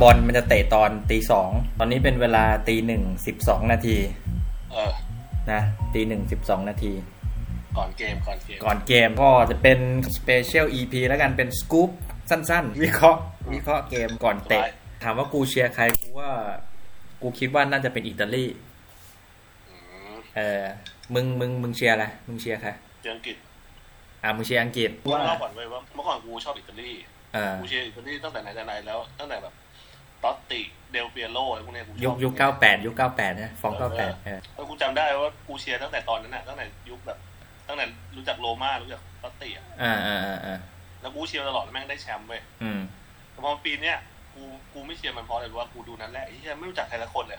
บอลมันจะเตะตอนตีสองตอนนี้เป็นเวลาตีหนึ่งสิบสองนาที เออ นะตีหนึ่งสิบสองนาที ก่อนเกมก่อนเกม ก่อนเกมก็จะเป็นสเปเชียล EP แล้วกันเป็นสกู๊ปสั้นๆ วิเคราะห์วิเคราะห์เกมก่อนเตะ ได้ ถามว่ากูเชียร์ใครกูว่า กูคิดว่าน่าจะเป็นอิตาลี อืม เออมึงมึงมึงเชียร์อะไรมึงเชียร์ใคร เชียร์อังกฤษ อ่ะมึงเชียร์อังกฤษ ว่าเล่าก่อนเว้ยว่าเมื่อก่อนกูชอบอิตาลี เออ กูเชียร์อิตาลีตั้งแต่ไหนแต่ไรแล้ว ตั้งแต่แบบตอตติเดลเปียโรอะไรพวกเนี้ยกูชอบ ยุคยุคเก้าแปดยุคเก้าแปดนะฟองเก้าแปดเออ แล้วกูจำได้ว่ากูเชียร์ตั้งแต่ตอนนั้นน่ะตั้งแต่ยุคแบบ ตั้งแต่รู้จักโรม่ารู้จักตอตติอ่ะ อ่าอ่าอ่าอ่า แล้วกูเชียร์ตลอดแล้วแม่งได้แชมป์เว้ย อืม แต่พอปีเนี้ยกูกูไม่เชียร์มันเพราะอะไรรู้ว่ากูดูนั้นแหละไอ้เหี้ยไม่รู้จักใครละคนเลย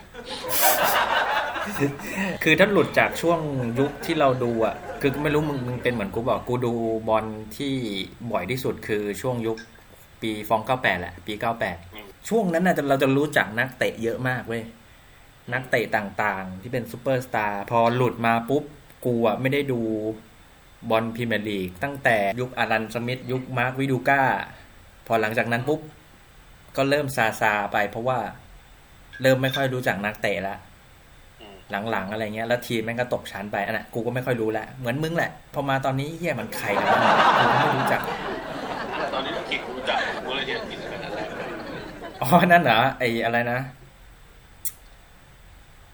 คือถ้าหลุดจากช่วงยุคที่เราดูอ่ะคือไม่รู้มึงมึงเป็นเหมือนกูบอกกูดูบอลที่บ่อยที่สุดคือช่วงยุคปีฟองเก้าแปดแหละปีเก้าแปด ช่วงนั้นน่ะเราจะรู้จักนักเตะเยอะมากเว้ย นักเตะต่างๆ ที่เป็นซูเปอร์สตาร์พอหลุดมาปุ๊บ กูอะไม่ได้ดูบอลพรีเมียร์ลีก ตั้งแต่ยุคอารันสมิธยุคมาร์ควิดูก้า พอหลังจากนั้นปุ๊บ ก็เริ่มซาซาไปเพราะว่าเริ่มไม่ค่อยรู้จักนักเตะละ อืม หลังๆ อะไรเงี้ย แล้วทีมแม่งก็ตกชั้นไปอันน่ะกูก็ไม่ค่อยรู้ละเหมือนมึงแหละ พอมาตอนนี้เฮียมันใครกันวะกูก็ไม่รู้จัก ตอนนี้อังกฤษกูรู้จักกูเลยเชียร์อังกฤษตั้งแต่นั้นแหละ อ๋อ นั่นเหรอ ไออะไรนะ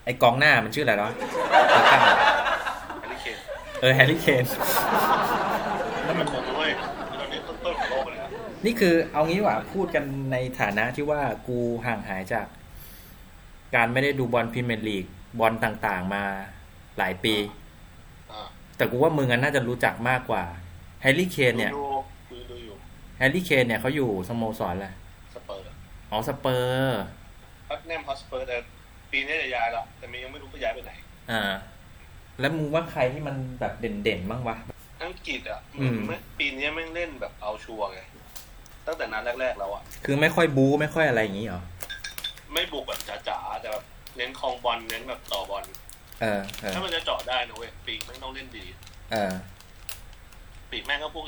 ไอกองหน้ามันชื่ออะไรเหรอ แฮร์รี่เคน เออ แฮร์รี่เคน แล้วมันคงเว้ยตอนนี้ต้นๆของโลกเลยนะ นี่คือเอางี้ดีกว่าพูดกันในฐานะที่ว่ากูห่างหายจาก การไม่ได้ดูบอลพรีเมียร์ลีก บอลต่างๆมาหลายปี อ่า แต่กูว่ามึงอะน่าจะรู้จักมากกว่า แฮร์รี่เคนเนี่ย ดูดูดูอยู่ แฮร์รี่เคนเนี่ยเขาอยู่สโมสรอะไร สเปอร์ อ๋อ สเปอร์ พัตแนมฮอสเปอร์แต่ปีนี้จะย้ายละแต่มันยังไม่รู้จะย้ายไปไหน อ่า แล้วมึงว่าใครที่มันแบบเด่นๆบ้างวะ อังกฤษอ่ะ อืม เมื่อปีนี้แม่งเล่นแบบเอาชัวร์ไง ตั้งแต่นัดแรกๆแล้วอ่ะ คือไม่ค่อยบู๊ไม่ค่อยอะไรอย่างงี้เหรอ ไม่บุกแบบจ๋าๆ แต่แบบเน้นคลองบอลเน้นแบบต่อบอล เออเออ ถ้ามันจะเจาะได้นะเว้ย ปีกแม่งต้องเล่นดี เออ ปีกแม่งก็พวก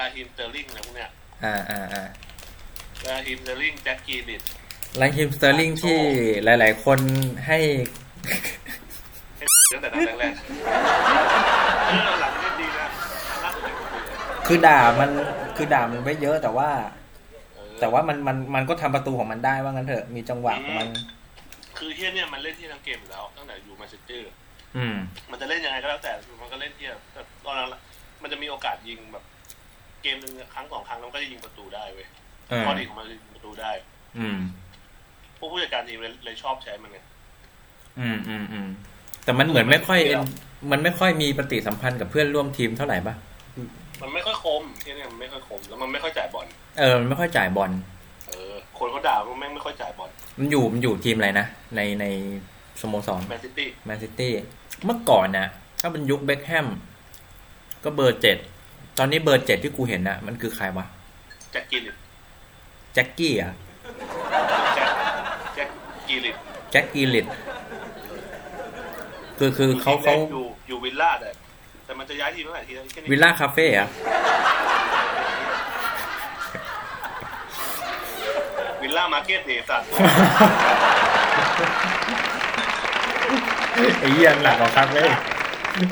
ลาฮิมเตอร์ลิงอะไรพวกเนี้ย อ่าอ่าอ่า ลาฮิมเตอร์ลิงแจ็คกีริด ไลฮิมสเตอร์ลิงที่หลาย ๆ คนให้ ตั้งแต่นัดแรกๆเออหลังเล่นดีนะล่าสุดเนี่ย คือด่ามันคือด่ามันไม่เยอะแต่ว่า เออ แต่ว่ามันมันมันก็ทำประตูของมันได้ว่างั้นเถอะมีจังหวะของมัน อืม คือเฮียเนี่ยมันเล่นที่ทั้งเกมอยู่แล้ว ตั้งแต่อยู่แมนเชสเตอร์ อืม มันจะเล่นยังไงก็แล้วแต่ มันก็เล่นเที่ยวแต่ตอนนั้นมันจะมีโอกาสยิงแบบ เกมหนึ่งครั้งสองครั้งแล้วมันก็จะยิงประตูได้เว้ย เออ ข้อดีของมันคือยิงประตูได้ อืม พวกผู้จัดการทีมเลยเลยชอบใช้มันไง อืมอืมอืมแต่มันเหมือนไม่ค่อย มันไม่ค่อยมีปฏิสัมพันธ์กับเพื่อนร่วมทีมเท่าไหร่ปะ มันไม่ค่อยคมที่เนี่ยมันไม่ค่อยคม แล้วมันไม่ค่อยจ่ายบอล เออมันไม่ค่อยจ่ายบอล เออ คนเขาด่าว่าแม่งไม่ค่อยจ่ายบอล มันอยู่มันอยู่ทีมอะไรนะในในสโมสร แมนซิตี้ แมนซิตี้เมื่อก่อนนะถ้าเป็นยุคเบ็คแฮมก็เบอร์เจ็ดตอนนี้เบอร์เจ็ดที่กูเห็นนะมันคือใครวะ แจ็คกิลิต แจ็คกี้อ่ะ แจ็คแจ็คกิลิต แจ็คกีลิตคือคือเขาเขา อยู่อยู่วิลล่าแต่แต่มันจะย้ายทีมเมื่อไหร่ทีนะแค่นี้ วิลล่าคาเฟ่อะ วิลล่ามาร์เก็ตเดย์สัตว์ ไอ้เยี่ยหนักกว่าครับเลย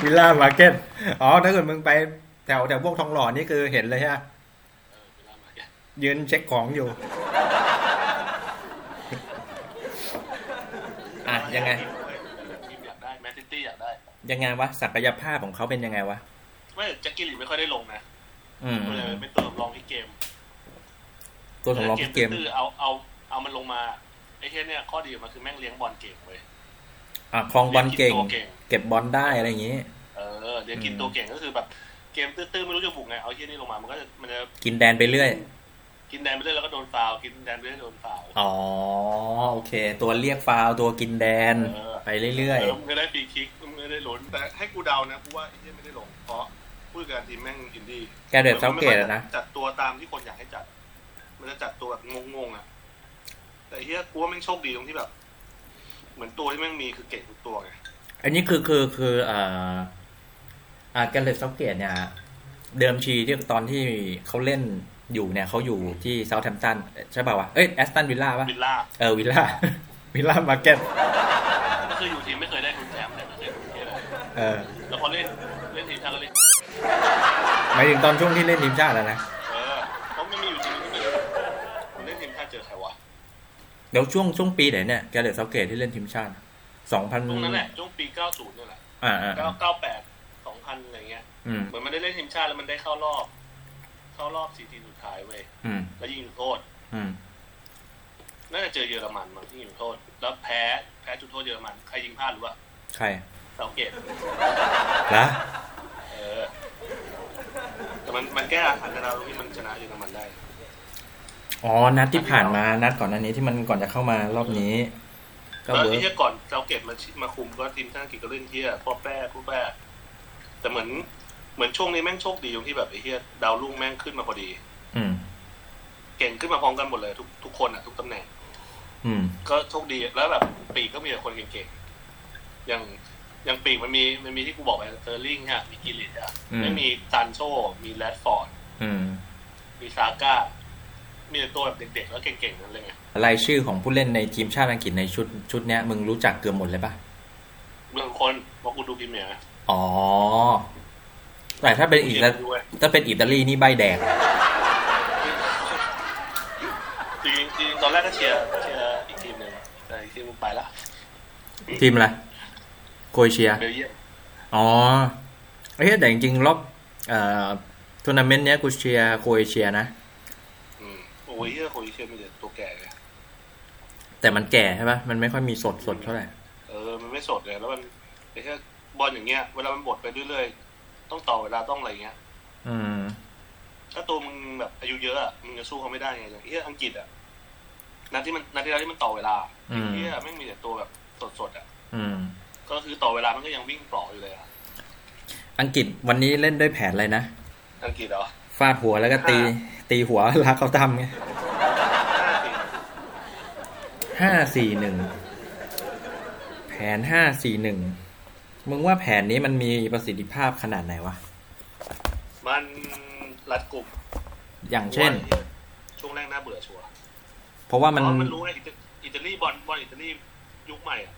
วิลล่ามาร์เก็ตอ๋อถ้าเกิดมึงไปแถวแถวพวกทองหล่อนี่คือเห็นเลยฮะ เออวิลล่ามาร์เก็ต ยืนเช็คของอยู่ อ่ะ ยังไง ทีมอยากได้ แมนซิตี้อยากได้ ยังไงวะศักยภาพของเขาเป็นยังไงวะ ไม่แจ็คกิลิตไม่ค่อยได้ลงนะ อืม ก็เลยไปเติมลองที่เกม ตัวสำรองทุกเกม คือเอาเอาเอามันลงมาไอ้เทสเนี่ยข้อดีของมันคือแม่งเลี้ยงบอลเก่งเว้ย อ่ะคลองบอลเก่ง เรียนกินตัวเก่ง เก็บบอลได้อะไรอย่างงี้ เออเลี้ยงกินตัวเก่งก็คือแบบเกมตื้อๆไม่รู้จะบุกไงเอาไอ้เทสนี่ลงมามันก็จะมันจะ กินแดนไปเรื่อย กินแดนไปเรื่อยแล้วก็โดนฟาวล์กินแดนไปเรื่อยโดนฟาวล์ อ๋อ โอเค ตัวเรียกฟาวล์ตัวกินแดน เออ ไปเรื่อย เออมันก็ได้ฟรีคิกมันก็ได้หล้นแต่ให้กูเดานะกูว่าไอ้เทสไม่ได้ลงเพราะผู้จัดการทีมแม่งอินดี้ ๆ แกเดือดเซาเกตอะนะ จัดตัวตามที่คนอยากให้จัด มันจะจัดตัวแบบงงๆอ่ะแต่ไอ้เฮียกูว่าแม่งโชคดีตรงที่แบบ เหมือนตัวที่แม่งมีคือเก่งทุกตัวไง อันนี้คือคือคือเอ่ออ่าแกเดือดเซาเกตเนี่ย เดิมทีที่ตอนที่เขาเล่น อยู่เนี่ยเขาอยู่ที่เซาท์แฮมป์ตันใช่ป่าวะเอ้ยแอสตันวิลล่าป่ะ วิลล่า เออวิ ลล่า วิลล่ามาร์เก็ต ก็คืออยู่ทีมไม่เคยได้ทุนแชมป์แต่ไม่เคยได้ทุนเทพเลย เออ แล้วพอเล่นเล่นทีมชาติก็เล่น หมายถึงตอนช่วงที่เล่นทีมชาติแล้วนะ เออเขาไม่มีอยู่ทีมที่เป็นคุณเล่นทีมชาติเจอใครวะ เดี๋ยวช่วงช่วงปีไหนเนี่ยแกเดตเซาเกตที่เล่นทีมชาติสองพัน ตรงนั้นแหละช่วงปี 90นี่นแหละ อ่าอ่าอ่า 998 2000อะไรเงี้ย อืม เหมือนมันได้เล่นทีมชาติแล้วมันได้เข้ารอบ เข้ารอบสี่ทีมสุดท้ายเว้ย อืม แล้วยิงจุดโทษ อืม น่าจะเจอเยอรมันมั้งที่ยิงจุดโทษ แล้วแพ้แพ้จุดโทษเยอรมันใครยิงพลาดหรือวะ ใคร เซาเกต ละ เออ แต่มันมันแก้อาถรรพ์นะเราตรงที่มันชนะเยอรมันได้ อ๋อนัดที่ผ่านมานัดก่อนหน้านี้ที่มันก่อนจะเข้ามารอบนี้ ก็ แล้ว เวิร์ ที่ ก เที่ยก่อนเซาเกตมาชิมาคุมก็ทีมชาติอังกฤษก็เล่นเที่ยพ่อแป้ผู้แป้แต่เหมือนเหมือนช่วงนี้แม่งโชคดีตรงที่แบบไอ้เที่ยดาวรุ่งแม่งขึ้นมาพอดี อืม เก่งขึ้นมาพร้อมกันหมดเลย ทุกทุกคนอ่ะทุกตำแหน่ง อืม ก็โชคดีแล้วแบบปีกก็มีแต่คนเก่งๆ อย่างอย่างปีกมันมีมันมีที่กูบอกไปเซอร์ลิงฮะมีกิลิตอ่ะ อืม ไม่มีซันโชมีแรดฟอร์ด อืม มีซาก้า มีแต่ตัวแบบเด็กๆ แล้วเก่งๆนั่นเลยไง รายชื่อของผู้เล่นในทีมชาติอังกฤษในชุดชุดเนี้ยมึงรู้จักเกือบหมดเลยปะ บางคนบอกกูดูพรีเมียร์นะ อ๋อ แต่ถ้าเป็น กู อิ เชีย ตา ร์ด้วย ถ้าเป็นอิตาลีนี่ใบแดง จริงๆจริงๆตอนแรกก็เชียร์เชียร์อีกทีมหนึ่งแต่อีกทีมมึงไปละ ทีมอะไรโครเอเชีย เบลเยียม อ๋อเฮ้ยแต่จริงๆรอบเอ่อทัวร์นาเมนต์เนี้ยกูเชียร์โครเอเชียนะ อืมโอ้ยเฮียโคยเชียร์มีแต่ตัวแก่เลย แต่มันแก่ใช่ปะมันไม่ค่อยมีสดสดเท่าไหร่ เออมันไม่สดเลยแล้วมันไอ้เฮียบอลอย่างเงี้ยเวลามันบดไปเรื่อยๆต้องต่อเวลาต้องอะไรอย่างเงี้ย อืม ถ้าตัวมึงแบบอายุเยอะอะมึงจะสู้เขาไม่ได้ไงอย่างเอี้ยอังกฤษอะนัดที่มันนัดที่แล้วที่มันต่อเวลา อืม เอี้ยไม่งมีแต่ตัวแบบสดๆอะ อืม ก็คือต่อเวลามันก็ยังวิ่งปลออยู่เลยอะ อังกฤษวันนี้เล่นด้วยแผนอะไรนะ อังกฤษเหรอ ฟาดหัวแล้วก็ตี ตีหัวลากเขาทำไง ห้าสี่ ห้าสี่หนึ่ง แผนห้าสี่หนึ่ง มึงว่าแผนนี้มันมีประสิทธิภาพขนาดไหนวะ มันรัดกลุ่ม อย่างเช่น ช่วงแรกน่าเบื่อชัวร์ เพราะว่า เพ มัน ราะมันรู้ไงอิตาอิตาลีบอลบอลอิตาลียุคใหม่อะ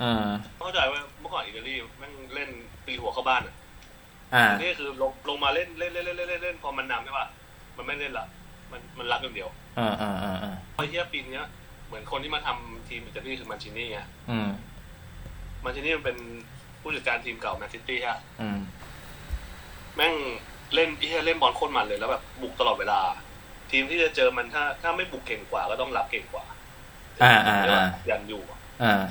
เออ เข้าใจว่าเมื่อก่อนอิตาลีแม่งเล่นตีหัวเข้าบ้านอะ อ่า นี่คือลงลงมาเล่นเล่นเล่นเล่นเล่นเล่นเล่นพอมันนำใช่ปะมันไม่เล่นละมันมันรับอย่างเดียว อ่าอ่าอ่าอ่า ไอ้เฮียปีเนี้ยเหมือนคนที่มาทำทีมอิตาลีคือมันชินี่ไง อืม มันชินี่มันเป็นผู้จัดการทีมเก่าแมนซิตี้ฮะ อืม แม่งเล่นไอ้เฮียเล่นบอลโคตรมันเลยแล้วแบบบุกตลอดเวลา ทีมที่จะเจอมันถ้าถ้าไม่บุกเก่งกว่าก็ต้องรับเก่งกว่า อ่าอ่าอ่า ยันอยู่อะ อ่า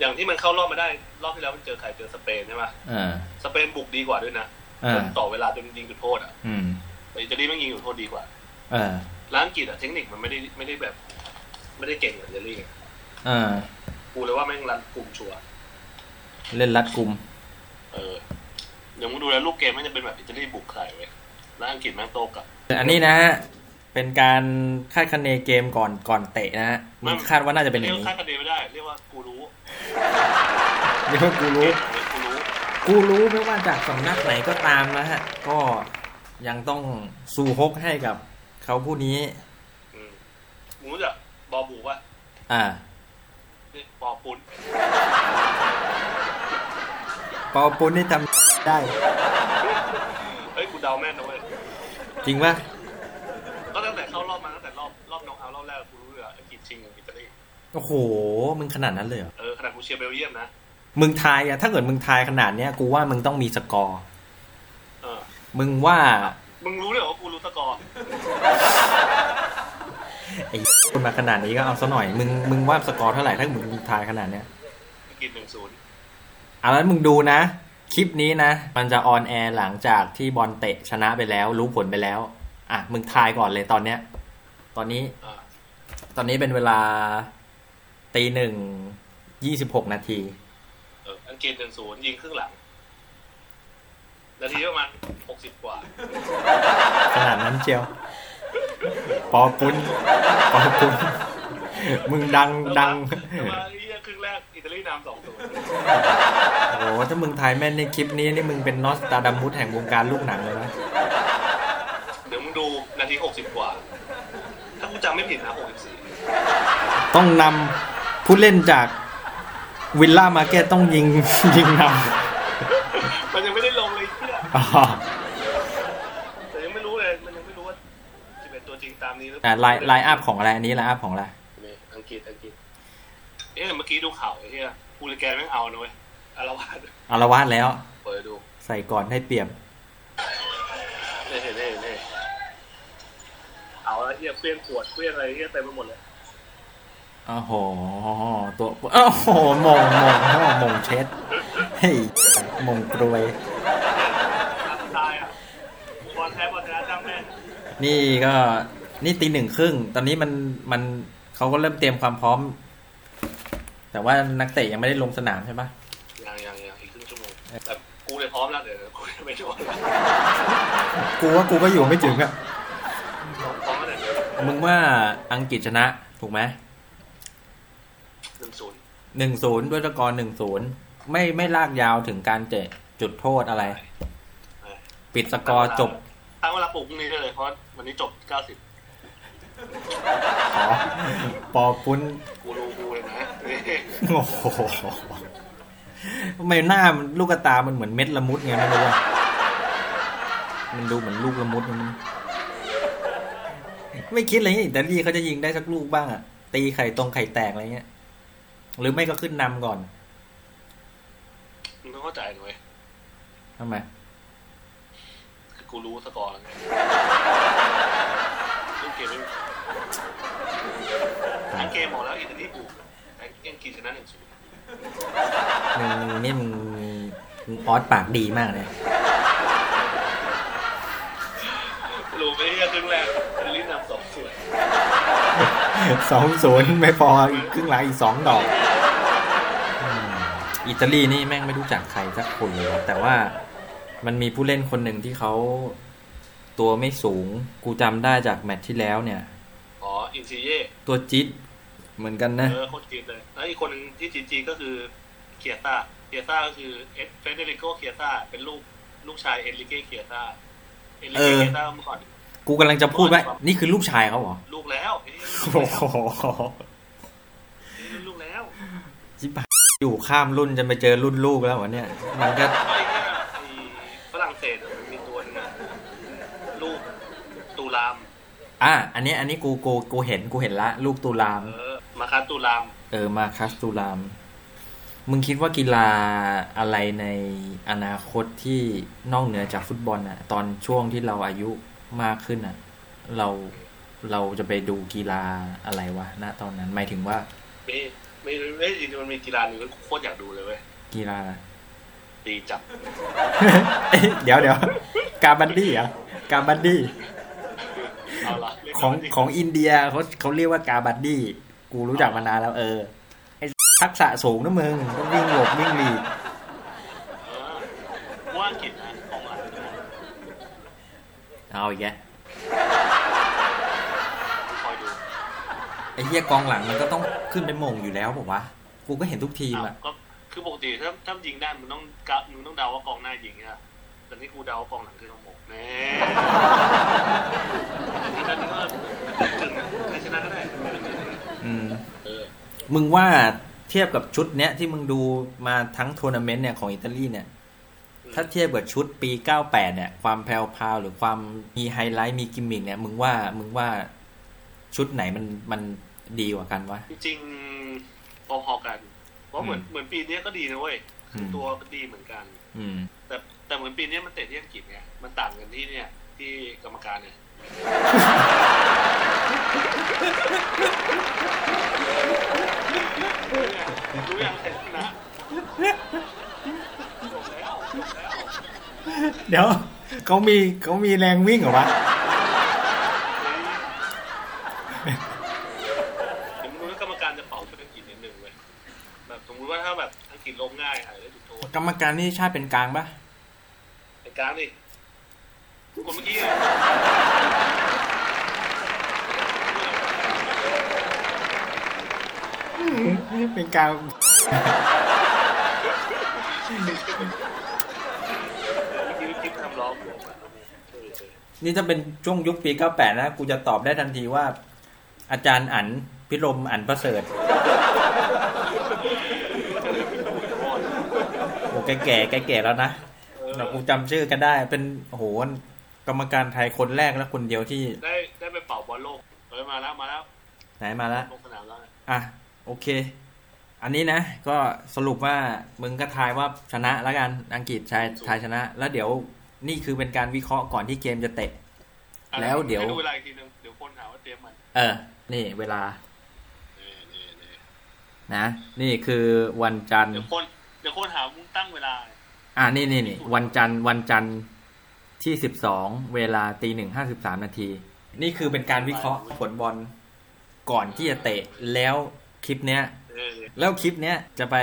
อย่างที่มันเข้ารอบมาได้รอบที่แล้วมันเจอใครเจอสเปนใช่ไหม อ่า สเปนบุกดีกว่าด้วยนะ อ่า ต่อเวลาจนยิงจุดโทษอ่ะ อืม แต่อิตาลีแม่งยิงจุดโทษดีกว่า อ่า แล้วอังกฤษอ่ะเทคนิคมันไม่ได้ไม่ได้แบบ ไม่ได้เก่งเหมือนอิตาลีไง อ่า กูเลยว่าแม่งรันกลุ่มชัวร์ เล่นรัดกุม เออเดี๋ยวมึงดูแล้วลูกเกมมันจะเป็นแบบอิตาลีบุกใส่เว้ยแล้วอังกฤษแม่งโตกลับ อันนี้นะฮะ เป็นการคาดคะเนเกมก่อนก่อนเตะนะฮะ ไม่ มึงคาดว่าน่าจะเป็นอ เรียก ย่างนี้ว่าคาดคะเนไม่ได้ เรียกว่ากูรู้ เดี๋ยวกูรู้ เรียกกูรู้ กูรู้ไม่ว่าจากสำนักไหนก็ตามนะฮะ ก็ยังต้องสู้ฮกให้กับเขาผู้นี้ อืมมึงรู้จักบอบูป่ะ อ่า นี่บอปุน ปอปุ้นนี่ทำได้ เฮ้ยกูเดาแม่นนะเว้ย จริงปะ ก็ตั้งแต่เข้ารอบมาตั้งแต่รอบรอบน็อกเอาท์รอบแรกกูรู้เลยอะอังกฤษชิงกับอิตาลี โอ้โห มึงขนาดนั้นเลยเหรอ เออขนาดกูเชียร์เบลเยียมนะ มึงทายอะถ้าเกิดมึงทายขนาดเนี้ย กูว่ามึงต้องมีสกอร์ เออ มึงว่า มึงรู้เลยเหรอว่ากูรู้สกอร์ ไอ้คนมาขนาดนี้ก็เอาซะหน่อย มึง มึงว่าสกอร์เท่าไหร่ถ้ามึงทายขนาดเนี้ย อังกฤษหนึ่งศูนย์ เอาแล้วมึงดูนะ คลิปนี้นะ มันจะออนแอร์หลังจากที่บอลเตะชนะไปแล้ว รู้ผลไปแล้ว อ่ะ มึงทายก่อนเลยตอนเนี้ย ตอนนี้ อ่า ตอนนี้เป็นเวลาตีหนึ่งยี่สิบหกนาที เอออังกฤษหนึ่งศูนย์ยิงครึ่งหลังนาทีประมาณหกสิบกว่า ขนาดนั้นเชียว ปอปุ้นปอปุ้น มึงดังดัง แต่ว่าไอ้เหี้ยครึ่งแรกอิตาลีนำสองศูนย์ โอ้โหถ้ามึงทายแม่นในคลิปนี้นี่มึงเป็นนอสตาดัมมุสแห่งวงการลูกหนังเลยนะ เดี๋ยวมึงดูนาที ทีหกสิบกว่า ถ้ากูจำไม่ผิดนะหกสิบสี่ ต้องนำผู้เล่นจากวิลล่ามาเก็ตต้องยิง ยิงน มันยังไม่ได้ลงเลยเพื่อ ำอ๋อ แต่ยังไม่รู้เลย มันยังไม่รู้ว่าจะเป็นตัวจริงตามนี้หรือเป อ่ะ ล่า ไลน์ไลน์อัพของอะไรอันนี้ไลน์อัพของอะไร เนี่ยอังกฤษอังกฤษ เอ๊ะเมื่อกี้ดูข่าวไอ้เหี้ยกูเลยแกนแม่งเอานะเว้ยอารวาส อารวาสแล้ว เปิดดู ใส่ก่อนให้เปรียบ เน่เน่เน่เอาละเหี้ยเคลื่อนขวดเคลื่อนอะไรเหี้ยเต็มไปหมดเลย โอ้โห ตัวโอ้โหมงมงมงมงเช็ด เฮ้ยมงกรวย ตายอ่ะบอลแท้บอลชนะจำแม่น นี่ก็นี่ตีหนึ่งครึ่ง ตอนนี้มันมันเขาก็เริ่มเตรียมความพร้อม แต่ว่านักเตะยังไม่ได้ลงสนามใช่ปะ ยังยังยังอีกครึ่งชั่วโมงแต่กูเลยพร้อมแล้วเดี๋ยวกูจะไปชวนแล้ว กูว่ากูก็อยู่ไม่ถึงอะ พร้อมแล้วเดี๋ยว มึงว่าอังกฤษชนะถูกไหม หนึ่งศูนย์ หนึ่งศูนย์ด้วยสกอร์หนึ่งศูนย์ไม่ไม่ลากยาวถึงการเจจุดโทษอะไร ปิดสกอร์จบ ตั้งเวลาปลุกพรุ่งนี้ได้เลยเพราะวันนี้จบเก้าสิบ ขอ ปอปุ้น กูรู้กูเลยนะ โอ้โหทำไมหน้ามันลูกตา มันเหมือนเม็ดละมุดไงไม่รู้อะมันดูเหมือนลูกละมุดมันไม่คิดเลยอิตาลีเขาจะยิงได้สักลูกบ้างอะตีไข่ตรงไข่แตกอะไรเงี้ย หรือไม่ก็ขึ้นนำก่อน มึงต้องเข้าใจหน่อย ทำไม คือกูรู้สกอร์แล้วไงลูกเกมไม่มีทั้งเกมหมดแล้วอิตาลีบุกแต่อังกฤษชนะหนึ่งศูนย์ มึงนี่มึงมึงออสปากดีมากเลย รู้ไปเรื่อยครึ่งแรกอิตาลีนำสองศูนย์ สองศูนย์ ไม่พออีกครึ่งหลังอีกสองดอกอืมอิตาลีนี่แม่งไม่รู้จักใครสักคนเลยวะแต่ว่า มันมีผู้เล่นคนหนึ่งที่เขาตัวไม่สูง กูจำได้จากแมตช์ที่แล้วเนี่ย อ๋อ อินซีเย่ ตัวจิ๊ดเหมือนกันนะ เออโคตรจีนเลย แล้วอีกคนหนึ่งที่จีนจีนก็คือเคียต้าเคียต้าก็คือเอเฟเดริโกเคียต้าเป็นลูกลูกชายเอลิเกเคียต้าเอลิ เอ เก อ เคียต้าเมื่อก่อน กูกำลังจะพูดว่า นี่คือลูกชายเขา เหรอ ลูกแล้วเอ้ย โอ้โห ลูกแล้ว จิบหายอยู่ข้ามรุ่นจะไปเจอรุ่นลูกแล้ววะเนี่ย มันก็ ไอ้เนี่ยไอ้ฝรั่งเศสอะมันมีตัวหนึงอะลูกตูลาม อ่ะอันนี้อันนี้กูกูกูเห็นกูเห็นละ ลูกตูราม เออ มาคาตูลาม เออมาคัสตูราม มึงคิดว่ากีฬาอะไรในอนาคตที่นอกเหนือจากฟุตบอลอะตอนช่วงที่เราอายุมากขึ้นอะเราเราจะไปดูกีฬาอะไรวะณตอนนั้นหมายถึงว่า มีมีเอ้ยจริงๆมันมีกีฬาหนึ่งที่โคตรอยากดูเลยเว้ย กีฬา ตีจับ เดี๋ยวเดี๋ยวกาบันดี้เหรอะกาบันดี้ เอาละเรียก ของ ว่าตีจับ ของอินเดียเขาเขาเรียกว่ากาบันดี้กูรู้จักมานานแล้วเออไอทักษะสูงนะมึงต้องวิ่งหลบวิ่งหลีก เออว่าอังกฤษนะของอังกฤษนะ เอาอีกแก คอยดู ไอเฮียกองหลังมันก็ต้องขึ้นไปหมงอยู่แล้วบอกว่าวะกูก็เห็นทุกทีมอะ อ้าวก็คือปกติถ้าถ้ายิงได้มึงต้องกะมึงต้องเดาว่ากองหน้ายิงอ่ะแต่นี่กูเดาว่ากองหลังคือน้องหมกแน่ที่นั่นก็ถึงใครชนะก็ได้ อืม เออ มึงว่าเทียบกับชุดเนี้ยที่มึงดูมาทั้งทัวร์นาเมนต์เนี่ยของอิตาลีเนี่ย ถ้าเทียบกับชุดปี 98 เนี่ย ความแพรวพราวหรือความมีไฮไลท์มีกิมมิกเนี่ย มึงว่ามึงว่าชุดไหนมันมันดีกว่ากันวะ จริงๆพอๆกันเพราะเหมือน อืม เหมือนปีเนี้ยก็ดีนะเว้ยคืออ ม ตัวก็ดีเหมือนกัน อืม แต่แต่เหมือนปีเนี้ยมันเตะที่อังกฤษไงมันต่างกันที่เนี่ย ที่กรรมการเนี่ยรู้ยังเสร็จนะจบแล้วจบแล้ว เดี๋ยวเขามีเขามีแรงวิ่งเหรอวะ เดี๋ยวมึงรู้ว่ากรรมการจะเป่าเป็นอังกฤษนิดนึงเว้ยแบบสมมติว่าถ้าแบบอังกฤษล้มง่ายอะไรได้จุดโทษ กรรมการนี่ชาติเป็นกลางปะ ไอ้กลางดิคนเมื่อกี้ไง เป็นกลาง เมื่อกี้คลิปทำล้อมลงมาเออ นี่ถ้าเป็นช่วงยุคปี 98 นะ กูจะตอบได้ทันทีว่า อาจารย์อันพิรมอันประเสริฐ โอ้แกแก่แกแก่แล้วนะแต่กูจำชื่อกันได้ เป็นโอ้โหกรรมการไทยคนแรกและคนเดียวที่ ได้ได้ไปเป่าบอลโลกเออมาแล้วมาแล้ว ไหนมาละ ลงสนามแล้วนะ อ่ะ โอเค อันนี้นะ ก็สรุปว่ามึงก็ทายว่าชนะแล้วกันอังกฤษชายชายชนะ แล้วเดี๋ยวนี่คือเป็นการวิเคราะห์ก่อนที่เกมจะเตะ อ่ะ แล้วเดี๋ยว ให้ดูเวลาอีกทีนึงเดี๋ยวคนหาว่าเตรียมมัน เออ นี่เวลา นี่นี่นี่ นะ นี่คือวันจันทร์ เดี๋ยวคนเดี๋ยวคนหามึงตั้งเวลา อ่านี่นี่นี่วันจันทร์วันจันทร์ที่สิบสองเวลาตีหนึ่งห้าสิบสามนาที นี่คือเป็นการวิเคราะห์ผลบอลก่อนที่จะเตะ แล้วคลิปเนี้ย เออ แล้วคลิปเนี้ยจะไป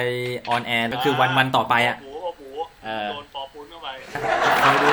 ออนแอร์ก็คือวันวันต่อไปอ่ะ หมูเอาหมู เออ โดนปอปุ้นเข้าไป คอยดู